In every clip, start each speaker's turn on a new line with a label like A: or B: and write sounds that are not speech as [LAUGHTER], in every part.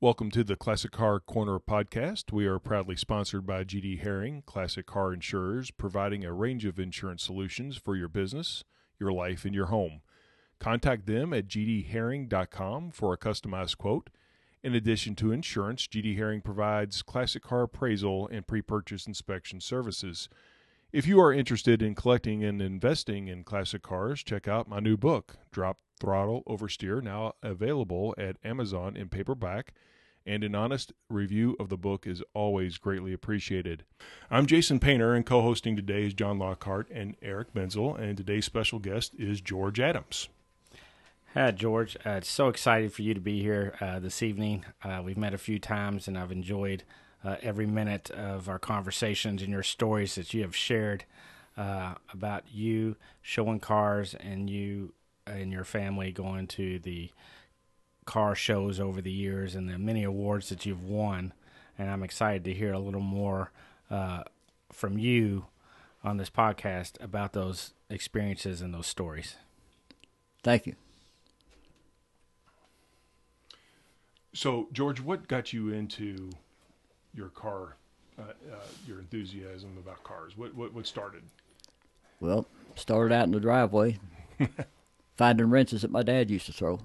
A: Welcome to the Classic Car Corner podcast. We are proudly sponsored by GD Herring, Classic Car Insurers, providing a range of insurance solutions for your business, your life, and your home. Contact them at gdherring.com for a customized quote. In addition to insurance, GD Herring provides classic car appraisal and pre purchase inspection services. If you are interested in collecting and investing in classic cars, check out my new book, Drop Throttle Oversteer, now available at Amazon in paperback. And an honest review of the book is always greatly appreciated. I'm Jason Painter, and co hosting today is John Lockhart and Eric Menzel. And today's special guest is George Adams.
B: Hi, George. Uh, so excited for you to be here uh, this evening. Uh, we've met a few times, and I've enjoyed uh, every minute of our conversations and your stories that you have shared uh, about you showing cars and you and your family going to the car shows over the years and the many awards that you've won. And I'm excited to hear a little more uh, from you on this podcast about those experiences and those stories.
C: Thank you.
A: So, George, what got you into your car, uh, uh, your enthusiasm about cars? What, what what started?
C: Well, started out in the driveway, finding wrenches that my dad used to throw.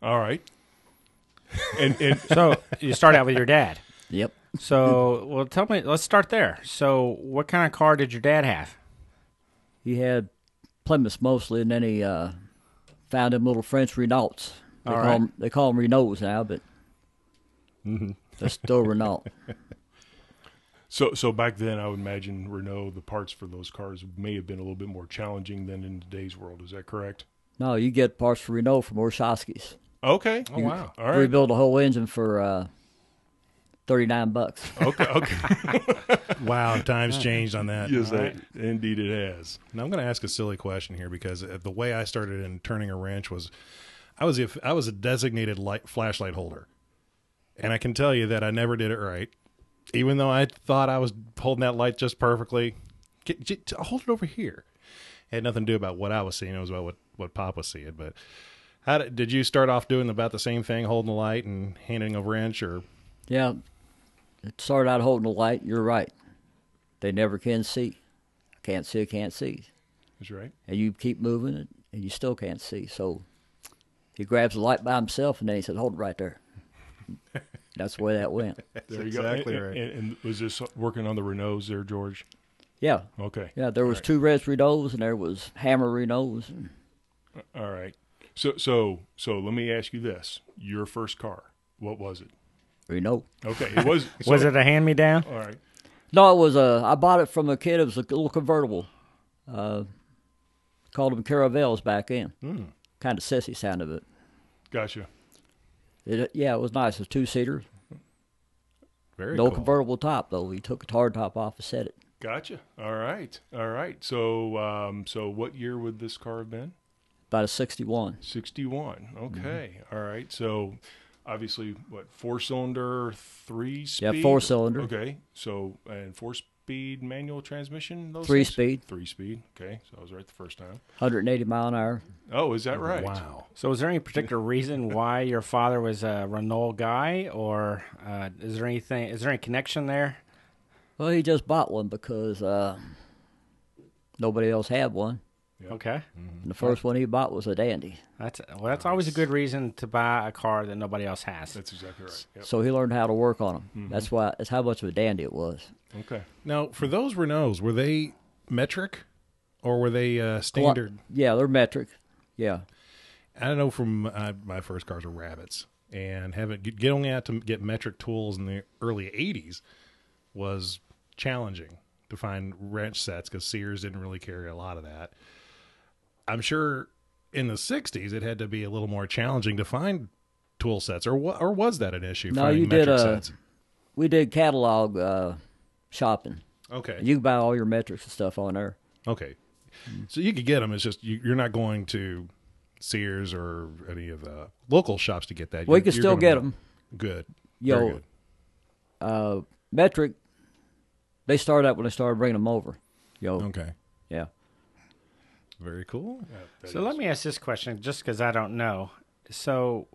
A: All right, and [LAUGHS] and
B: So you start out with your dad.
C: Yep.
B: So, well, tell me. Let's start there. So, what kind of car did your dad have?
C: He had Plymouths mostly, and then he uh, found them little French Renaults. They
B: All
C: call,
B: right.
C: 'em- they call them Renaults now, but they're still Renault.
A: so so back then, I would imagine Renault the parts for those cars may have been a little bit more challenging than in today's world. Is that correct?
C: No, you get parts for Renault from Orsowski's.
A: Okay. Oh wow. All right.
C: Rebuild a whole engine for uh, thirty-nine bucks.
A: Okay. Okay.
D: [LAUGHS] Wow, times changed on
A: [LAUGHS]
D: that.
A: yes,
D: All right.
A: that, indeed it has.
D: Now I'm going to ask a silly question here because uh, the way I started in turning a wrench was, I was if I was a designated light, flashlight holder, and I can tell you that I never did it right, even though I thought I was holding that light just perfectly. Get, j- hold it over here. It had nothing to do about what I was seeing. It was about what what Pop was seeing. But how did, did you start off doing about the same thing, holding the light and handing a wrench, or
C: yeah, it started out holding the light. You're right. They never can see. Can't see. Can't see.
A: That's right.
C: and you keep moving it, and you still can't see. So he grabs the light by himself, and then he said, "Hold it right there." [LAUGHS] That's the way that went.
A: There you
D: exactly
A: go. And-
D: right.
A: And, and was this working on the Renaults there, George?
C: Yeah,
A: Okay.
C: yeah. There was two red Renaults, and there was Hammer Renaults.
A: All right. So so so let me ask you this: Your first car, what was it?
C: Renault.
A: Okay, it
C: [LAUGHS]
A: was.
B: Was
A: so-
B: it a hand me down?
A: All right.
C: No, it was a. I bought it from a kid. It was a little convertible. Uh, called them caravels back in.
D: Hmm.
C: Mm. Kind of sissy sound of it.
A: Gotcha.
C: it. uh, Yeah, it was nice. It was two seater.
D: very
C: No
D: cool.
C: convertible top though. He took the hard top off and set it.
A: Gotcha. All right. All right. So, um, so what year would this car have been?
C: About a sixty-one.
A: Sixty-one. Okay.
C: Mm-hmm.
A: All right. So, obviously, what four-cylinder, three-speed?
C: Yeah, four-cylinder.
A: Okay. So, and four-speed manual transmission. Those things?
C: Three-speed.
A: Three-speed. Okay. So I was right the first time.
C: 180 mile an hour.
A: Oh, is that right?
D: Wow.
B: So, is there any particular reason why your father was a Renault guy, or uh, is there anything? Is there any connection there?
C: Well, he just bought one because uh, nobody else had one.
B: Okay,
C: And the first one he bought was a dandy.
A: Mm-hmm.
B: that's well, that's always a good reason to buy a car that nobody else has.
A: That's exactly right. Yep.
C: So he learned how to work on them. That's why that's how much of a dandy it was.
A: Okay.
D: Now, for those Renaults, were they metric or were they uh, standard?
C: Yeah, they're metric. Yeah.
D: I know from uh, my first cars were rabbits, and having get- getting out to get metric tools in the early '80s was challenging to find wrench sets because Sears didn't really carry a lot of that. I'm sure in the '60s it had to be a little more challenging to find tool sets, or wa- or was that an issue?
C: No,
D: finding
C: you did,
D: metric
C: uh,
D: sets?
C: We did catalog uh, shopping.
D: Okay,
C: You can buy all your metrics and stuff on there.
D: Okay. So you could get them. It's just you, you're not going to Sears or any of the local shops to get that.
C: Well, you can
D: You're- you're
C: still
D: gonna
C: get
D: want-
C: 'em.
D: Good.
C: Yo.
D: Very good.
C: Uh, metric, they started out when they started bringing them over. Yo.
D: Okay.
C: Yeah.
D: Very cool.
A: Yeah, that
B: So
A: is-
B: let me ask this question, just because I don't know. So,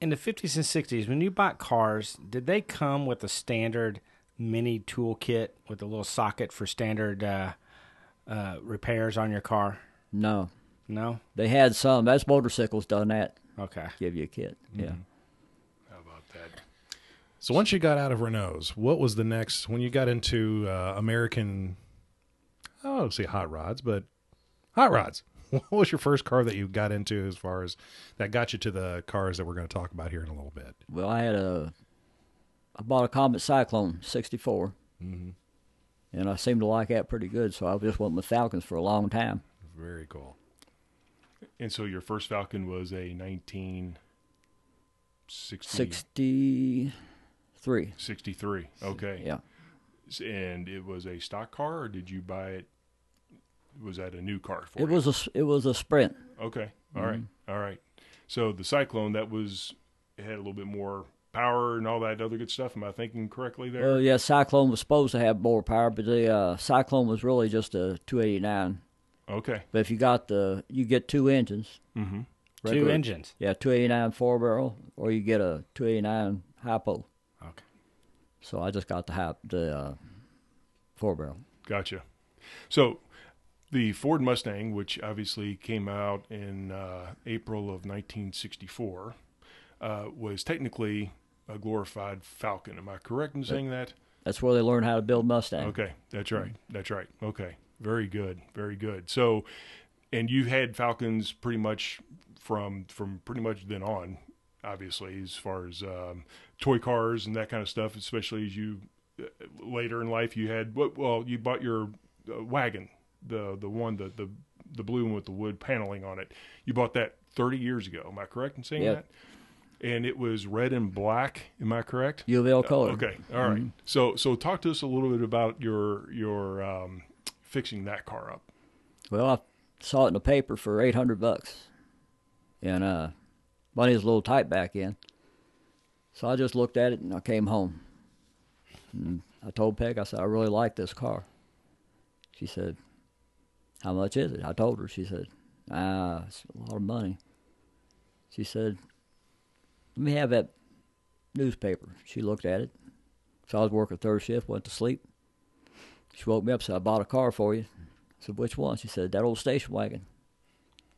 B: in the 50s and 60s, when you bought cars, did they come with a standard mini toolkit with a little socket for standard uh, uh, repairs on your car?
C: No,
B: No?
C: they had some. That's motorcycles done that.
B: Okay.
C: Give you a kit. Yeah.
D: How about that? So once you got out of Renault's, what was the next? When you got into uh, American, I don't say hot rods, but hot rods. [LAUGHS] What was your first car that you got into as far as that got you to the cars that we're going to talk about here in a little bit?
C: Well, I had a, I bought a Comet Cyclone '64, and I seemed to like that pretty good. So I just went with Falcons for a long time.
D: Very cool.
A: And so your first Falcon was a 1963.
C: '63,
A: 63. Okay.
C: yeah.
A: And it was a stock car, or did you buy it? Was that a new car for
C: It
A: you?
C: was Mm-hmm. a s- it was a Sprint.
A: Okay. All right. All right. So the Cyclone that was it had a little bit more power and all that other good stuff. Am I thinking correctly there?
C: Well, yeah, Cyclone was supposed to have more power, but the uh, Cyclone was really just a 289.
A: okay.
C: But if you got the, you get two engines.
A: Mm-hmm.
B: Two
C: regular-
B: engines.
C: Yeah, 289 four barrel, or you get a 289 hypo.
B: Okay.
C: So I just got the hap the uh, four barrel.
A: Gotcha. So the Ford Mustang, which obviously came out in uh, April of 1964, uh, was technically a glorified Falcon. Am I correct in saying that?
C: That's where they learned how to build Mustang.
A: Okay, that's right. That's right. Okay, very good, very good. So, and you had Falcons pretty much from from pretty much then on, obviously, as far as um, toy cars and that kind of stuff. Especially as you uh, later in life, you had what? Well, you bought your uh, wagon, the the one that the the blue one with the wood paneling on it. You bought that thirty years ago. Am I correct in saying
C: Yeah.
A: that? And it was red and black. Am I correct?
C: U of L color.
A: Okay, all right. So so talk to us a little bit about your your um, fixing that car up.
C: Well, I saw it in the paper for 800 bucks. And uh, money was a little tight back in. So I just looked at it and I came home. And I told Peg, I said, I really like this car. She said, How much is it? I told her. She said, Ah, it's a lot of money. She said, Let me have that newspaper. She looked at it. So I was working third shift, went to sleep. She woke me up, said, I bought a car for you. I said, which one? She said, that old station wagon.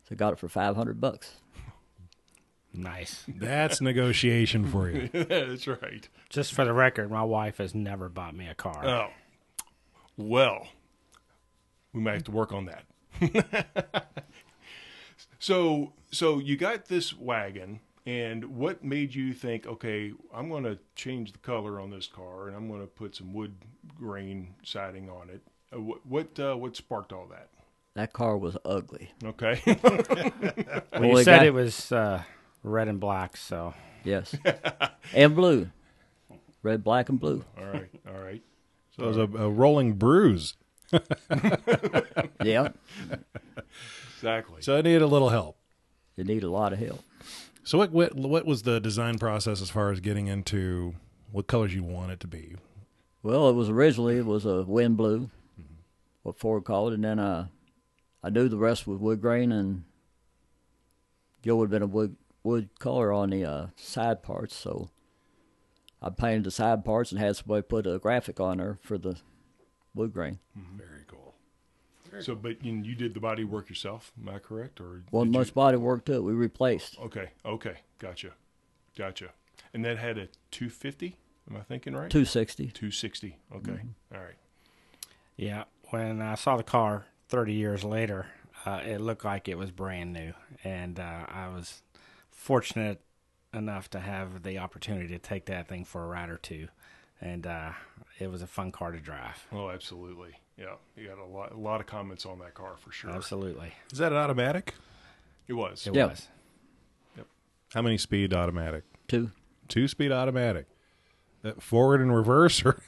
C: So I got it for 500 bucks.
B: Nice.
D: [LAUGHS] That's negotiation for [LAUGHS] you.
A: That's right.
B: Just for the record, my wife has never bought me a car.
A: Oh, well, we might have to work on that. [LAUGHS] so so you got this wagon, and what made you think? Okay, I'm going to change the color on this car, and I'm going to put some wood grain siding on it. Uh, what what uh, what sparked all that?
C: That car was ugly.
A: Okay, [LAUGHS]
B: well,
C: Well,
B: you
C: it
B: said
C: got-
B: it was uh, red and black, so
C: Yes. and blue. Red, black, and blue.
A: all right, all right.
D: So it was a, a rolling bruise.
C: Yeah.
A: Exactly.
D: So I needed a little help.
C: You need a lot of help.
D: So what, what what was the design process as far as getting into what colors you want it to be?
C: Well, it was originally, it was a wind blue, what Ford called it. And then uh, I knew the rest was wood grain, and Joe had been a wood, wood color on the uh, side parts. So I painted the side parts and had somebody put a graphic on there for the wood grain.
D: Very cool.
A: So, but you, you did the body work yourself, am I correct? Or
C: Wasn't
A: did you-
C: much body work to it. We replaced.
A: Okay, okay, gotcha, gotcha. And that had a 250. Am I thinking right?
C: 260.
A: 260. Okay, All right.
B: yeah. When I saw the car 30 years later, uh, it looked like it was brand new, and uh, I was fortunate enough to have the opportunity to take that thing for a ride or two, and uh, it was a fun car to drive.
A: Oh, absolutely. Yeah, you got a lot, a lot of comments on that car for sure.
B: Absolutely,
D: Is that an automatic?
A: It was.
B: it
C: Yeah.
B: was.
D: How many speed automatic?
C: Two.
D: Two speed automatic. That forward and reverse or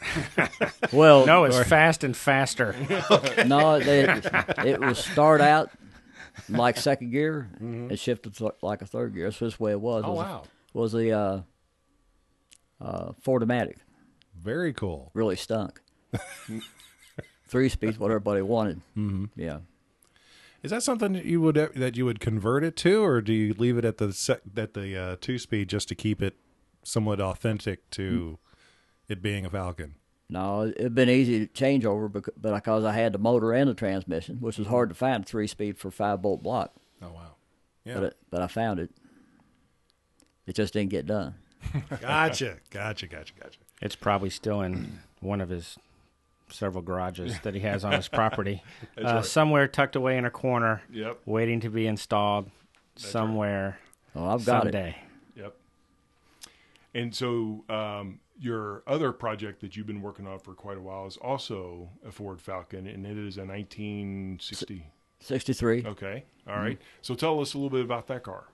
C: Well,
B: No, it's fast and faster.
C: [LAUGHS] no, they, it was start out like second gear and shifted to like a third gear. That's just the way it was. It
D: Oh,
C: was a-
D: wow.
C: was the uh, uh, Fordomatic
D: [LAUGHS] very cool.
C: really stunk? Three speeds, what everybody wanted. Mm-hmm. Yeah.
D: Is that something that you would that you would convert it to, or do you leave it at the sec, at the uh, two speed just to keep it somewhat authentic to it being a Falcon?
C: No, it'd been easy to change over, bec- but because I had the motor and the transmission, which was hard to find a three speed for five bolt block.
D: Oh wow,
C: But
D: yeah,
C: it, but I found it. It just didn't get done.
D: [LAUGHS] gotcha, gotcha, gotcha, gotcha.
B: It's probably still in one of his several garages
C: [LAUGHS]
B: that he has on his property, uh, somewhere tucked away in a corner,
A: Yep.
B: waiting to be installed somewhere
C: Oh, I've got it.
B: someday.
A: Yep. And so um, your other project that you've been working on for quite a while is also a Ford Falcon, and it is a 1960.
C: 63.
A: Okay. All right. So tell us a little bit about that car.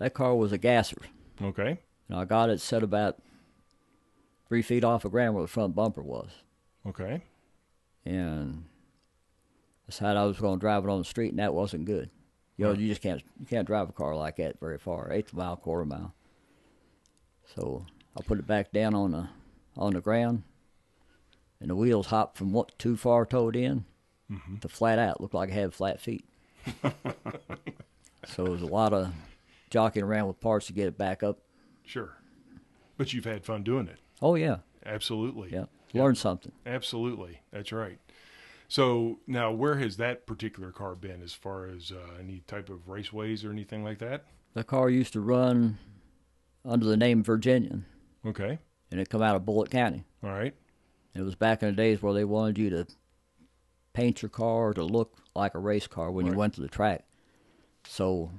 C: That car was a gasser.
A: Okay.
C: And I got it set about three feet off the ground where the front bumper was.
A: Okay.
C: And decided I was going to drive it on the street, and that wasn't good. You know, you just can't you can't drive a car like that very far, eighth mile, quarter mile. So I put it back down on the on the ground, and the wheels hopped from what too far towed in to flat out. Looked like I had flat feet. so it was a lot of jockeying around with parts to get it back up.
A: Sure. But you've had fun doing it.
C: Oh yeah,
A: Absolutely.
C: yeah. Learned something.
A: Absolutely. That's right. So now, where has that particular car been as far as uh, any type of raceways or anything like that?
C: The car used to run under the name Virginian,
A: Okay.
C: and it come out of Bullitt County.
A: All right.
C: It was back in the days where they wanted you to paint your car to look like a race car when
A: Right.
C: you went to the track. So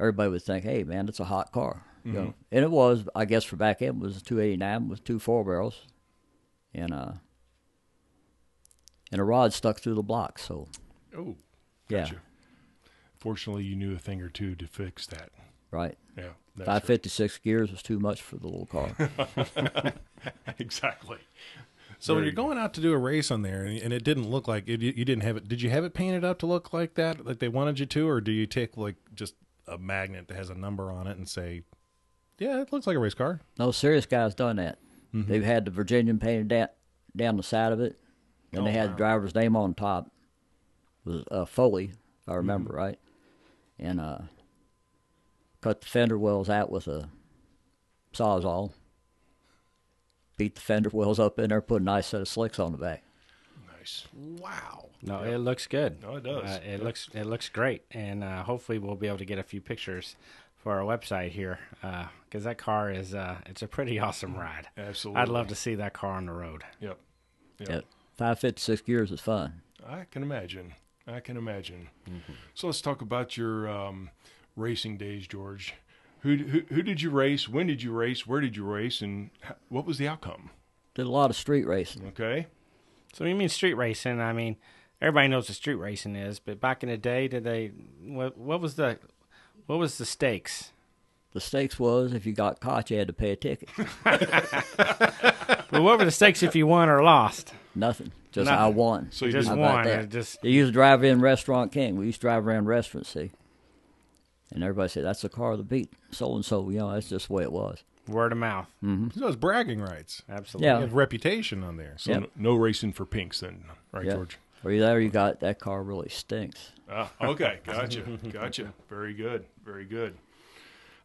C: everybody would think, "Hey, man, it's a hot car," you
A: Mm-hmm.
C: know. And it was, I guess, for back then, it was a 289 with two four barrels, and uh, and a rod stuck through the block. So
A: Oh,
C: yeah,
A: gotcha. Fortunately, you knew a thing or two to fix that.
C: right.
A: Yeah. that's right.
C: Five fifty six gears was too much for the little car.
A: [LAUGHS] exactly.
D: So when
A: Very
D: you're going out to do a race on there, and, and it didn't look like it, you, you didn't have it. Did you have it painted up to look like that, like they wanted you to, or do you take like just a magnet that has a number on it and say, "Yeah, it looks like a race car."
C: No, serious guys done that. They've had the Virginian painted down, down the side of it, and they had the driver's name on top. It was uh, Foley, if I remember right, and uh, cut the fender wells out with a sawzall. Beat the fender wells up in there, put a nice set of slicks on the back.
A: Nice.
D: Wow.
B: No, it looks good.
A: No, it does.
B: Uh, it looks it looks great, and uh, hopefully we'll be able to get a few pictures for our website here because that car is uh, it's a pretty [LAUGHS] awesome ride.
A: Mm-hmm. Absolutely.
B: I'd love to see that car on the road.
A: Yep. Yep.
C: Yeah, five fifty six gears is fun.
A: I can imagine. I can imagine.
C: Mm-hmm.
A: So let's talk about your um, racing days, George. Who, who who did you race? When did you race? Where did you race? And h- what was the outcome?
C: Did a lot of street racing.
A: Okay.
B: So you mean street racing? I mean, everybody knows what street racing is, but back in the day, did they what, what was the what was the stakes?
C: The stakes was if you got caught, you had to pay a ticket.
B: well, what were the stakes if you won or lost?
C: Nothing, just I
B: Nothing.
C: won.
A: So you
B: Just
A: did
C: How
A: not
C: about
B: one.
C: that?
B: It just
C: They used to drive in Restaurant King. We used to drive around restaurants, see. And everybody said, that's the car of the beat. So and so, you know, that's just the way it was.
B: word of mouth.
D: So it's bragging rights.
B: Absolutely.
D: You
C: Yeah.
D: have reputation on there. So
A: So
C: Yep.
A: n- no racing for pinks then, right,
C: yeah.
A: George?
C: Or you there, you got that car really stinks.
A: Ah, okay, gotcha, gotcha. Very good, very good.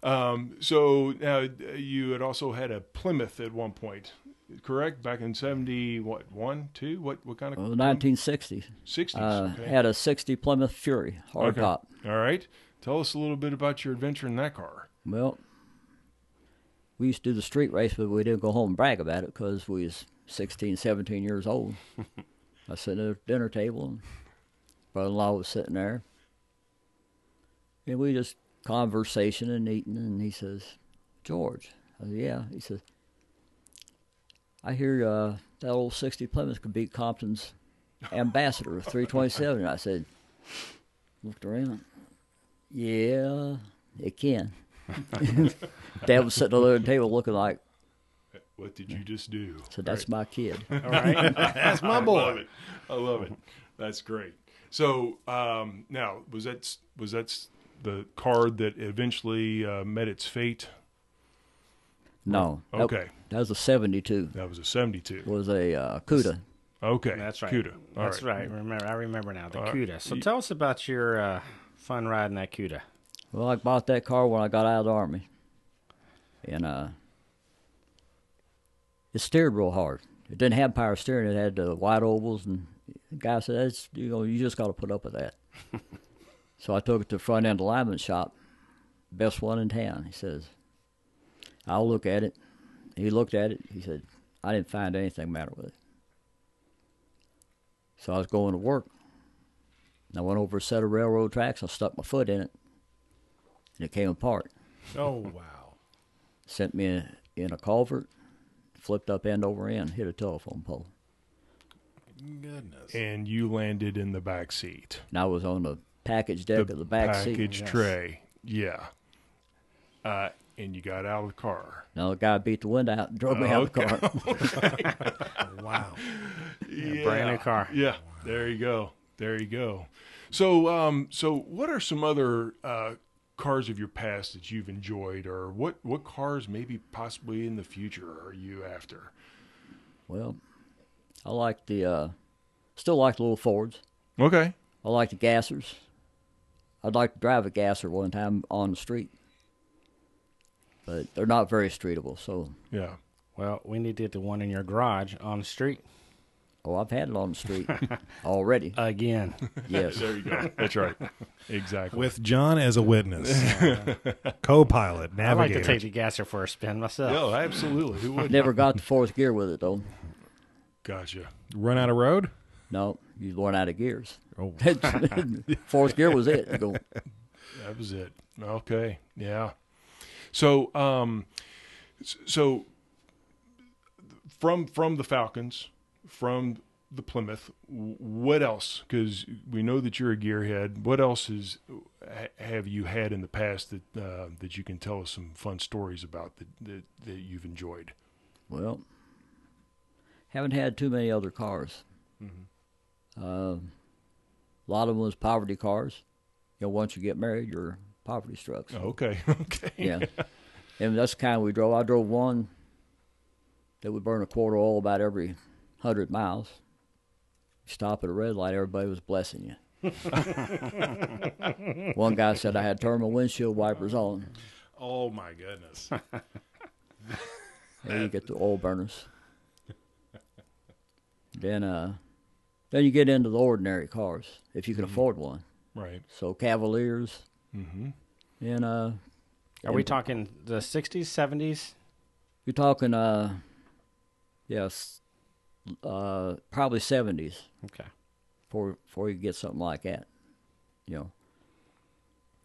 A: Um, so now uh, you had also had a Plymouth at one point, correct? Back in seventy, what one, two? What what kind
C: Well,
A: of
C: the 1960s.
A: sixties?
C: Uh, Had a 60 Plymouth Fury hardtop.
A: All right, tell us a little bit about your adventure in that car.
C: Well, we used to do the street race, but we didn't go home and brag about it because we was 16, 17 years old. I was sitting at the dinner table, and brother-in-law was sitting there, and we just conversation and eating, and he says, "George," I said, "Yeah," he says, "I hear uh, that old '60 Plymouth could beat Compton's Ambassador with 327." I said, looked around, "Yeah, it can." Dad was sitting over the table looking like,
A: What did you just do?
C: so that's my kid.
B: [LAUGHS] All right.
A: That's my boy. I love it. I love it. That's great. So um, now was that was that the card that eventually uh, met its fate?
C: No. that-
A: Okay,
C: That, was a 72.
A: that was a seventy-two.
C: was a uh, CUDA.
A: Okay.
B: That's right.
A: CUDA. All
B: That's right. Remember, I remember now the
A: All right.
B: CUDA. So tell us about your uh, fun ride in that CUDA.
C: Well, I bought that car when I got out of the army, and uh, it steered real hard. It didn't have power steering; it had the wide ovals. And the guy said, "That's you know, you just got to put up with that." so I took it to the front end alignment shop, best one in town. He says, "I'll look at it." He looked at it. He said, "I didn't find anything matter with it." So I was going to work. And I went over a set of railroad tracks. I stuck my foot in it and it came apart.
D: Oh wow.
C: Sent me in, in a culvert, flipped up end over end, hit a telephone pole.
D: Goodness.
A: And you landed in the back seat.
C: And I was on the package deck of the back seat.
A: package
B: Yes.
A: tray. Yeah. Uh, and you got out of the car.
C: Now the guy beat the window out and drove me out of the car.
D: wow.
A: Yeah.
B: brand new car.
A: Yeah. There you go. There you go. So, um, so what are some other uh, cars of your past that you've enjoyed, or what what cars maybe possibly in the future are you after?
C: [LAUGHS] well, I like the, uh, still like the little Fords.
A: Okay.
C: I like the gassers. I'd like to drive a gasser one time on the street, but they're not very streetable. So,
A: Yeah.
B: Well, we need to get the one in your garage on the street
C: oh, I've had it on the street already.
B: again.
C: Yes.
A: There you go. [LAUGHS] That's right. Exactly.
D: With John as a witness, [LAUGHS] co-pilot,
B: I'd like to
D: navigator.
B: take the gasser for a spin myself.
A: no, absolutely. Who would?
C: Never got to fourth gear with it though.
A: Gotcha.
D: Run out of road.
C: No, you run out of gears. [LAUGHS]
D: Oh.
C: Fourth gear was it. You go,
A: That was it. Okay. Yeah. So, um, s- so from from the Falcons, from the Plymouth, w- what else? Because we know that you're a gearhead. What else is ha- have you had in the past that uh, that you can tell us some fun stories about that that, that you've enjoyed?
C: well, haven't had too many other cars. Um, a lot of them was poverty cars. You know, once you get married, you're poverty struck. So,
A: Okay. [LAUGHS] Okay.
C: Yeah, and that's the kind we drove. I drove one that would burn a quarter oil about every hundred miles. Stop at a red light, everybody was blessing you. one guy said I had terminal windshield wipers on.
D: Oh my goodness.
C: And you get the oil burners. then uh then you get into the ordinary cars if you can
B: Mm-hmm.
C: afford one.
A: Right.
C: So Cavaliers
A: Mm-hmm.
C: and uh
B: Are we talking the 60s, 70s?
C: you're talking uh yes uh probably 70s
B: Okay.
C: before before you get something like that. You know.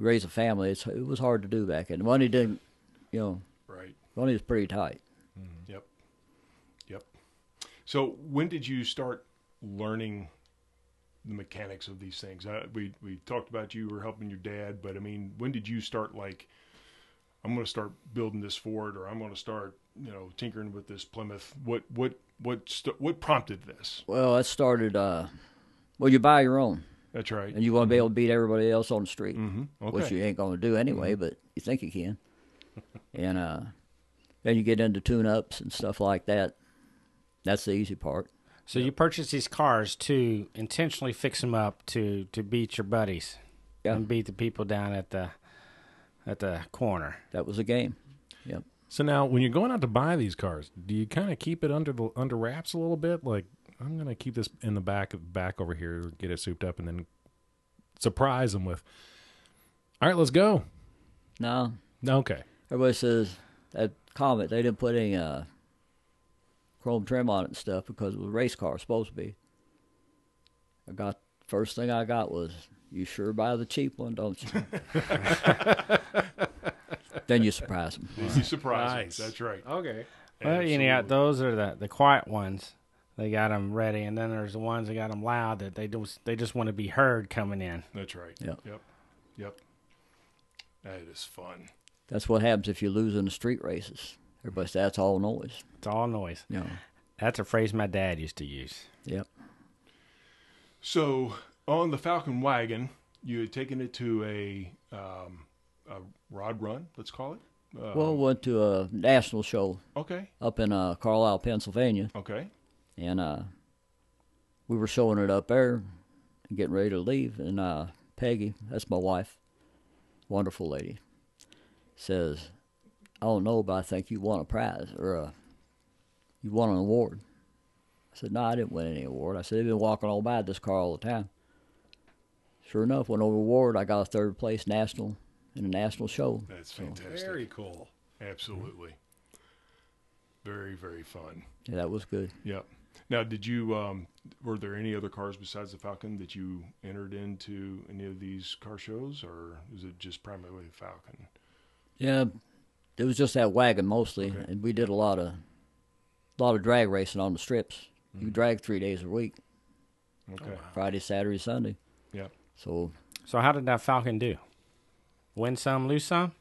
C: Raise a family, it's, it was hard to do back then. Money didn't, you know,
A: Right.
C: money was pretty tight.
A: Yep. Yep. So when did you start learning the mechanics of these things? I, we we talked about you were helping your dad, but I mean, when did you start like I'm going to start building this Ford or I'm going to start, you know, tinkering with this Plymouth? What what what st- what prompted this?
C: Well, that started, uh, well, you buy your own.
A: That's right.
C: and you want to be able to beat everybody else on the street,
A: Mhm. Okay.
C: which you ain't going to do anyway, but you think you can. and uh, then you get into tune-ups and stuff like that. That's the easy part.
B: So you purchased these cars to intentionally fix them up to to beat your buddies
C: Yeah.
B: and beat the people down at the at the corner.
C: That was the game. Yep.
D: [LAUGHS] So now, when you're going out to buy these cars, do you kind of keep it under the under wraps a little bit? Like, I'm gonna keep this in the back of back over here, get it souped up, and then surprise them with, "All right, let's go."
C: Now
D: Okay,
C: everybody says that Comet they didn't put any uh, chrome trim on it and stuff because it was a race car supposed to be. I got first thing I got was you sure buy the cheap one, don't you? then you surprise them.
A: Did you surprise them?
D: Nice.
A: That's right.
D: okay.
B: Well, you know,
A: Absolutely.
B: those are the the quiet ones. They got them ready, and then there's the ones that got them loud that they just they just want to be heard coming in.
A: That's right.
C: Yep.
A: Yep. Yep. That is fun.
C: That's what happens if you lose in the street races. Everybody says that's all noise.
B: It's all noise.
C: You know.
B: That's a phrase my dad used to use.
C: Yep.
A: So on the Falcon wagon, you had taken it to a um, a rod run, let's call it. Uh,
C: well, we went to a national show
A: okay,
C: up in uh, Carlisle, Pennsylvania,
A: okay,
C: and uh, we were showing it up there, getting ready to leave, and uh, Peggy, that's my wife, wonderful lady, says, "I don't know, but I think you won a prize or a, you won an award." I said, "No, I didn't win any award." I said, "They've been walking all by this car all the time." Sure enough, went over award. I got a third place national in a national show.
A: That's fantastic.
D: Very cool.
A: Absolutely. Very, very fun.
C: Yeah, that was good.
A: Yep. Now, did you, um, were there any other cars besides the Falcon that you entered into any of these car shows, or was it just primarily the Falcon?
C: Yeah, it was just that wagon mostly,
A: Okay.
C: and we did a lot of, lot of drag racing on the strips.
A: Mm-hmm.
C: You drag three days a week:
A: Okay.
C: Friday, Saturday, Sunday.
A: Ah. Yep.
C: So
B: So how did that Falcon do? Win some, lose some.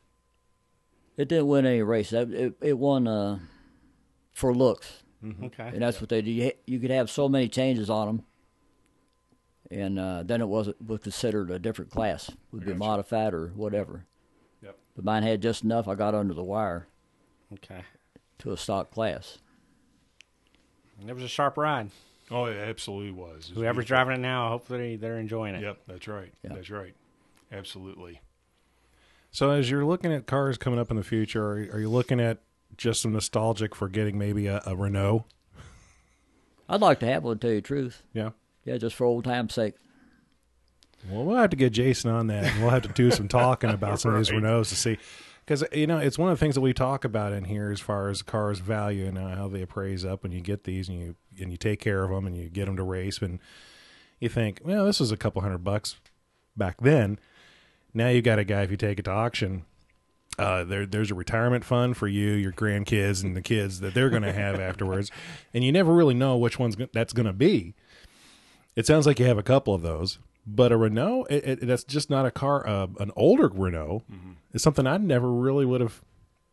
C: it didn't win any race. That- It it won uh, for looks,
A: Mm-hmm.
B: Okay.
C: and that's what they do. You, ha- you could have so many changes on them, and uh, then it was was considered a different class. Would be
A: gotcha.
C: modified or whatever.
A: Yep.
C: But mine had just enough. I got under the wire
B: Okay.
C: to a stock class.
B: And it was a sharp ride.
A: Oh, it absolutely was. It was
B: Whoever's
A: beautiful.
B: driving it now, hopefully they're enjoying it.
A: Yep, that's right.
C: Yeah.
A: That's right. Absolutely.
D: So as you're looking at cars coming up in the future, are, are you looking at just some nostalgic for getting maybe a, a Renault?
C: I'd like to have one. To tell you the truth,
D: Yeah.
C: yeah, just for old times' sake.
D: Well, we'll have to get Jason on that. And we'll have to do some talking about some of these
A: Right.
D: Renaults to see. Because, you know, it's one of the things that we talk about in here as far as cars' value and how they appraise up when you get these and you and you take care of them and you get them to race. And you think, well, this was a couple hundred bucks back then. Now you've got a guy, if you take it to auction, uh, there, there's a retirement fund for you, your grandkids, and the kids that they're going to have afterwards. And you never really know which one's go- that's going to be. It sounds like you have a couple of those, but a Renault, it, it, that's just not a car. Uh, an older Renault is something I never really would have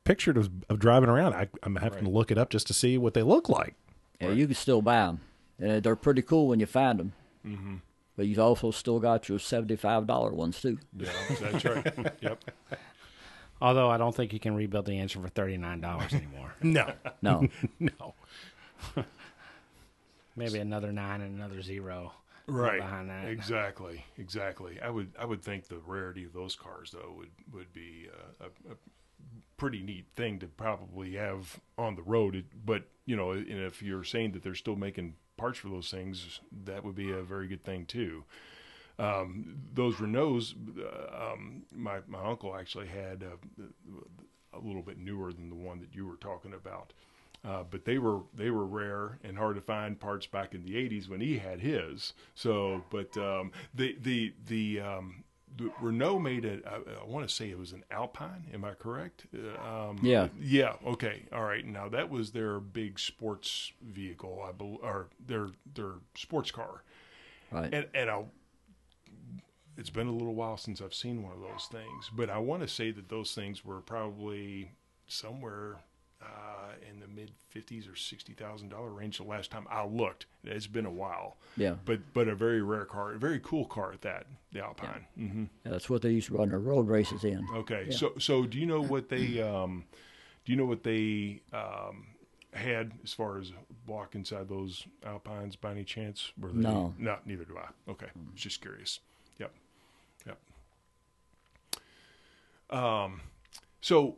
D: pictured of, of driving around. I, I'm having to look it up just to see what they look like.
C: Yeah, you can still buy them, and they're pretty cool when you find them. Mm-hmm. But you've also still got your seventy-five dollar ones too.
A: Yeah, that's right. [LAUGHS] Yep.
B: Although I don't think you can rebuild the engine for thirty nine
A: [LAUGHS]
B: dollars anymore.
D: No,
C: No,
D: no.
B: Maybe another nine and another zero.
A: right
B: behind that.
A: exactly exactly i would i would think the rarity of those cars though would would be uh, a, a pretty neat thing to probably have on the road it, but you know and if you're saying that they're still making parts for those things that would be a very good thing too um, those Renaults, uh, um, my my uncle actually had uh, a, a little bit newer than the one that you were talking about, uh, but they were they were rare and hard to find parts back in the '80s when he had his. So, but um, the the the um, the Renault made a I, I want to say it was an Alpine. Am I correct? Uh, um,
C: Yeah.
A: Yeah. Okay. All right. Now that was their big sports vehicle, I bel or their their sports car
C: right.
A: and and I, it's been a little while since I've seen one of those things, but I want to say that those things were probably somewhere uh, in the mid fifties or sixty thousand dollar range the last time I looked. It's been a while,
C: Yeah.
A: but but a very rare car, a very cool car at that, the Alpine. hmm
C: That's what they used to run their road races in.
A: Okay, so so do you know what they um, do you know what they um, had as far as block inside those Alpines by any chance? Were they,
C: No.
A: no, neither do I. Okay, I was just curious. Yep, yep. Um, so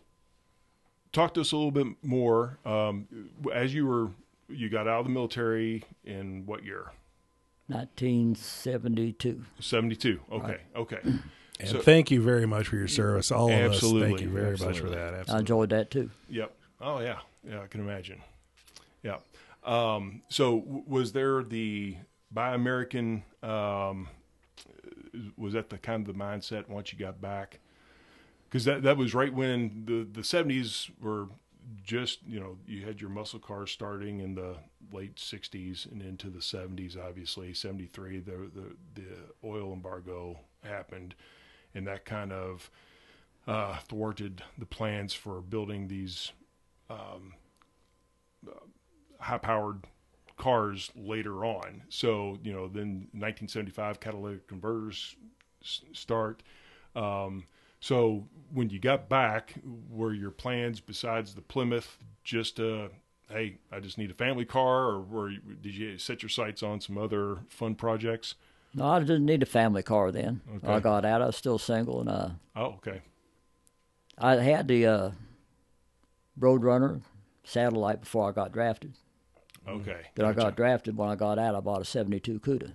A: talk to us a little bit more um, as you were you got out of the military in what year?
C: 1972.
A: Seventy two. Okay, okay.
D: And
A: So-
D: thank you very much for your service, all
A: Absolutely.
D: of us. Thank you very much for
A: Absolutely.
D: that.
C: I
D: Absolutely.
C: enjoyed that too.
A: Yep. Oh yeah. Yeah, I can imagine. Yeah. Um, so w- was there the Buy American? Um, was that the kind of the mindset once you got back? Because that that was right when the the seventies were just you know you had your muscle cars starting in the late sixties and into the seventies. Obviously, seventy three the, the the oil embargo happened, and that kind of uh, thwarted the plans for building these um, high powered cars later on. So, you know, then 1975 catalytic converters s- start. Um, so, when you got back, were your plans besides the Plymouth just to, hey, I just need a family car, or were you, did you set your sights on some other fun projects?
C: No, I didn't need a family car then.
A: Okay.
C: I got out. I was still single, and uh,
A: Oh, okay.
C: I had the uh, Roadrunner satellite before I got drafted.
A: Okay.
C: Then Mm. I got drafted. When I got out, I bought a '72 Cuda.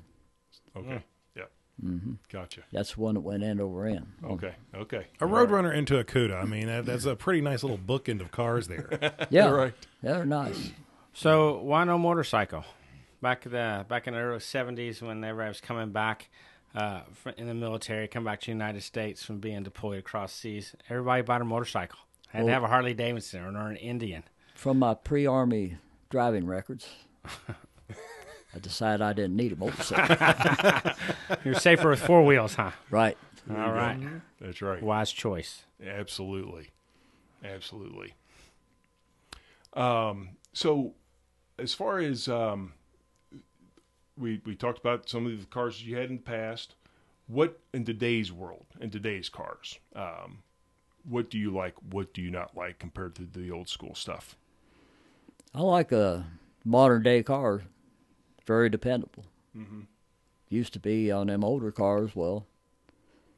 C: Mm.
A: Okay. Yeah.
C: Mm-hmm.
A: Gotcha.
C: That's the one that went end over end.
A: Okay. Okay.
D: A Roadrunner into a Cuda. I mean, that, that's a pretty nice little bookend of cars there.
A: [LAUGHS]
C: Yeah,
A: Right.
C: Yeah, they're nice.
B: So why no motorcycle? Back the back in the early seventies, whenever I was coming back uh, fr- in the military, come back to the United States from being deployed across seas, everybody bought a motorcycle. Had to have a Harley Davidson or an Indian.
C: From my pre-army driving records, I decided I didn't need a motorcycle.
B: You're safer with four wheels, huh?
C: right.
B: All right,
A: That's right.
B: wise choice.
A: Absolutely. Absolutely. Um, so as far as um, we we talked about some of the cars you had in the past, what in today's world, in today's cars, um, what do you like, what do you not like compared to the old school stuff?
C: I like a modern day car, very dependable. Used to be on them older cars. Well,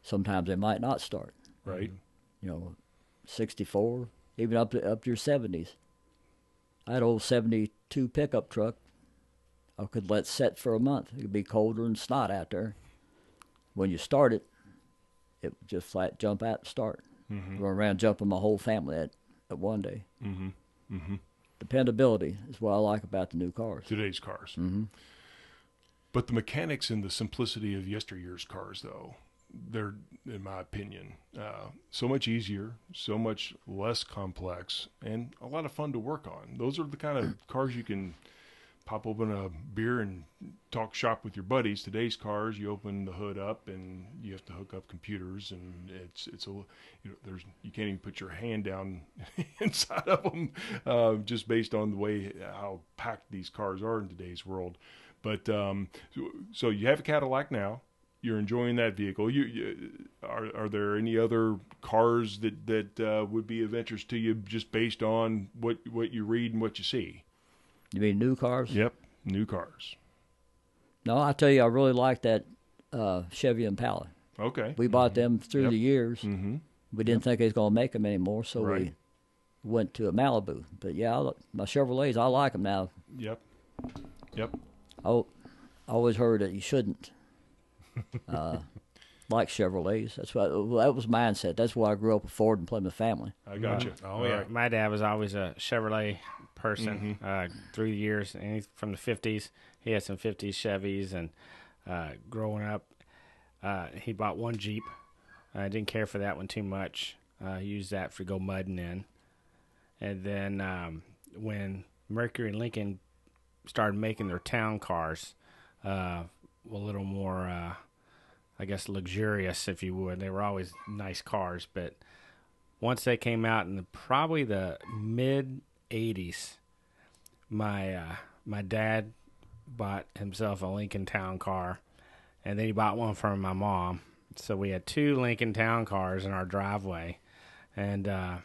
C: sometimes they might not start.
A: Right?
C: You know, '64, even up to up to your '70s. I had an old '72 pickup truck. I could let set for a month. It could be colder and snot out there. When you start it, it would just flat jump out and start. Run around jumping my whole family at, at one day. Mm-hmm. Mm-hmm. Dependability is what I like about the new cars.
A: Today's cars. But the mechanics and the simplicity of yesteryear's cars, though, they're, in my opinion, uh, so much easier, so much less complex, and a lot of fun to work on. Those are the kind of cars you can pop open a beer and talk shop with your buddies. Today's cars, you open the hood up and you have to hook up computers, and it's it's a you know there's you can't even put your hand down [LAUGHS] inside of them uh, just based on the way how packed these cars are in today's world. But um, so, so you have a Cadillac now. You're enjoying that vehicle. You, you are. Are there any other cars that that uh, would be of interest to you, just based on what what you read and what you see?
C: You mean new cars?
A: Yep, new cars.
C: No, I tell you, I really like that uh, Chevy Impala.
A: Okay.
C: We bought them through
A: Mm-hmm. Yep.
C: the years.
A: mm-hmm.
C: We didn't think they was going to make them anymore, so
A: Right.
C: we went to a Malibu. But yeah, I, li- my Chevrolets, I like them now.
A: Yep. Yep.
C: I, al- I always heard that you shouldn't
A: [LAUGHS]
C: uh, like Chevrolets. That's what well, that was mindset. That's why I grew up a Ford and Plymouth family.
A: I got you.
D: [LAUGHS] Oh, yeah. Mm-hmm.
B: My dad was always a Chevrolet person uh, through the years, and he's from the '50s. He had some '50s Chevys, and uh, growing up, uh, he bought one Jeep. I didn't care for that one too much. Uh, used that for go mudding in, and then um, when Mercury and Lincoln started making their town cars uh, a little more, uh, I guess, luxurious, if you would. They were always nice cars, but once they came out in the, probably the mid '80s, my uh, my dad bought himself a Lincoln Town Car, and then he bought one for my mom. So we had two Lincoln Town Cars in our driveway, and uh,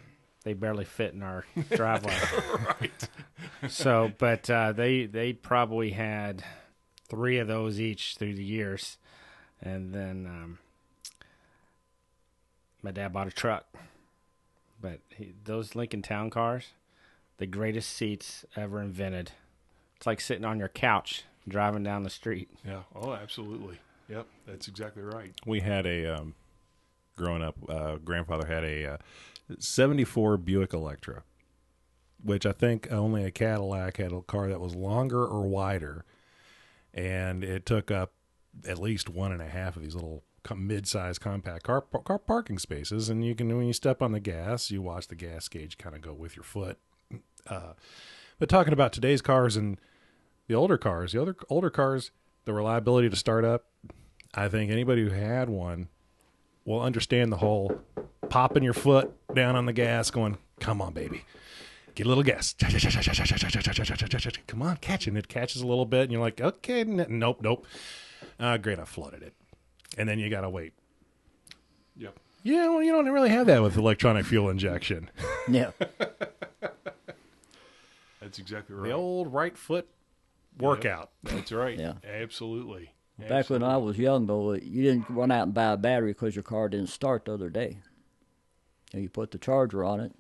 B: they barely fit in our driveway. right. So, but uh, they they probably had three of those each through the years, and then um, my dad bought a truck. But he, those Lincoln Town Cars, the greatest seats ever invented. It's like sitting on your couch driving down the street.
A: Yeah. Oh, absolutely. Yep. That's exactly right.
D: We had a, um, growing up, uh, grandfather had a uh, 74 Buick Electra, which I think only a Cadillac had a car that was longer or wider. And it took up at least one and a half of these little co- mid-sized compact car, car parking spaces. And you can, when you step on the gas, you watch the gas gauge kind of go with your foot. Uh, but talking about today's cars and the older cars, the other older cars, the reliability to start up, I think anybody who had one will understand the whole popping your foot down on the gas, going, "Come on, baby, get a little gas. [LAUGHS] Come on, catch it." And it catches a little bit, and you're like, "Okay, n- nope, nope. Uh, great, I flooded it." And then you gotta wait.
A: Yep.
D: Yeah, well, you don't really have that with electronic fuel injection.
C: Yeah,
A: That's That's exactly right.
D: [LAUGHS] The old right foot workout.
A: That's right.
C: Yeah.
A: Absolutely.
C: Back when I was young, though, you didn't run out and buy a battery because your car didn't start the other day. And you put the charger on it,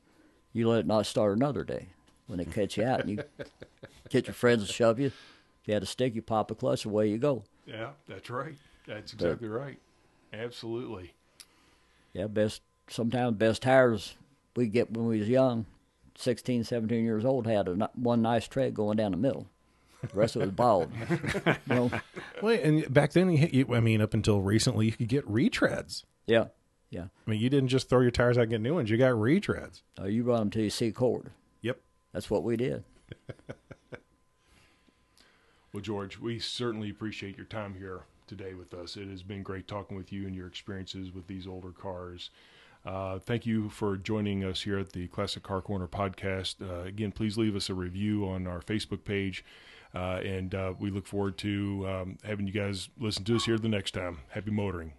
C: you let it not start another day. When they catch you out, and you get your friends to shove you. If you had a stick, you pop a clutch, away you go.
A: Yeah, that's right. That's exactly right. Absolutely.
C: Yeah, best sometimes best tires we get when we was young, 16, 17 years old, had a, ni- one nice tread going down the middle. The rest of it was bald. you know?
D: Wait, and back then, you, you, I mean, up until recently, you could get retreads.
C: Yeah, yeah.
D: I mean, you didn't just throw your tires out and get new ones. You got retreads.
C: No, you run them till you see cord.
D: Yep.
C: That's what we did.
A: Well, George, we certainly appreciate your time here today with us. It has been great talking with you and your experiences with these older cars. Uh, thank you for joining us here at the Classic Car Corner podcast. Uh, again, please leave us a review on our Facebook page. Uh, and uh, we look forward to um, having you guys listen to us here the next time. Happy motoring.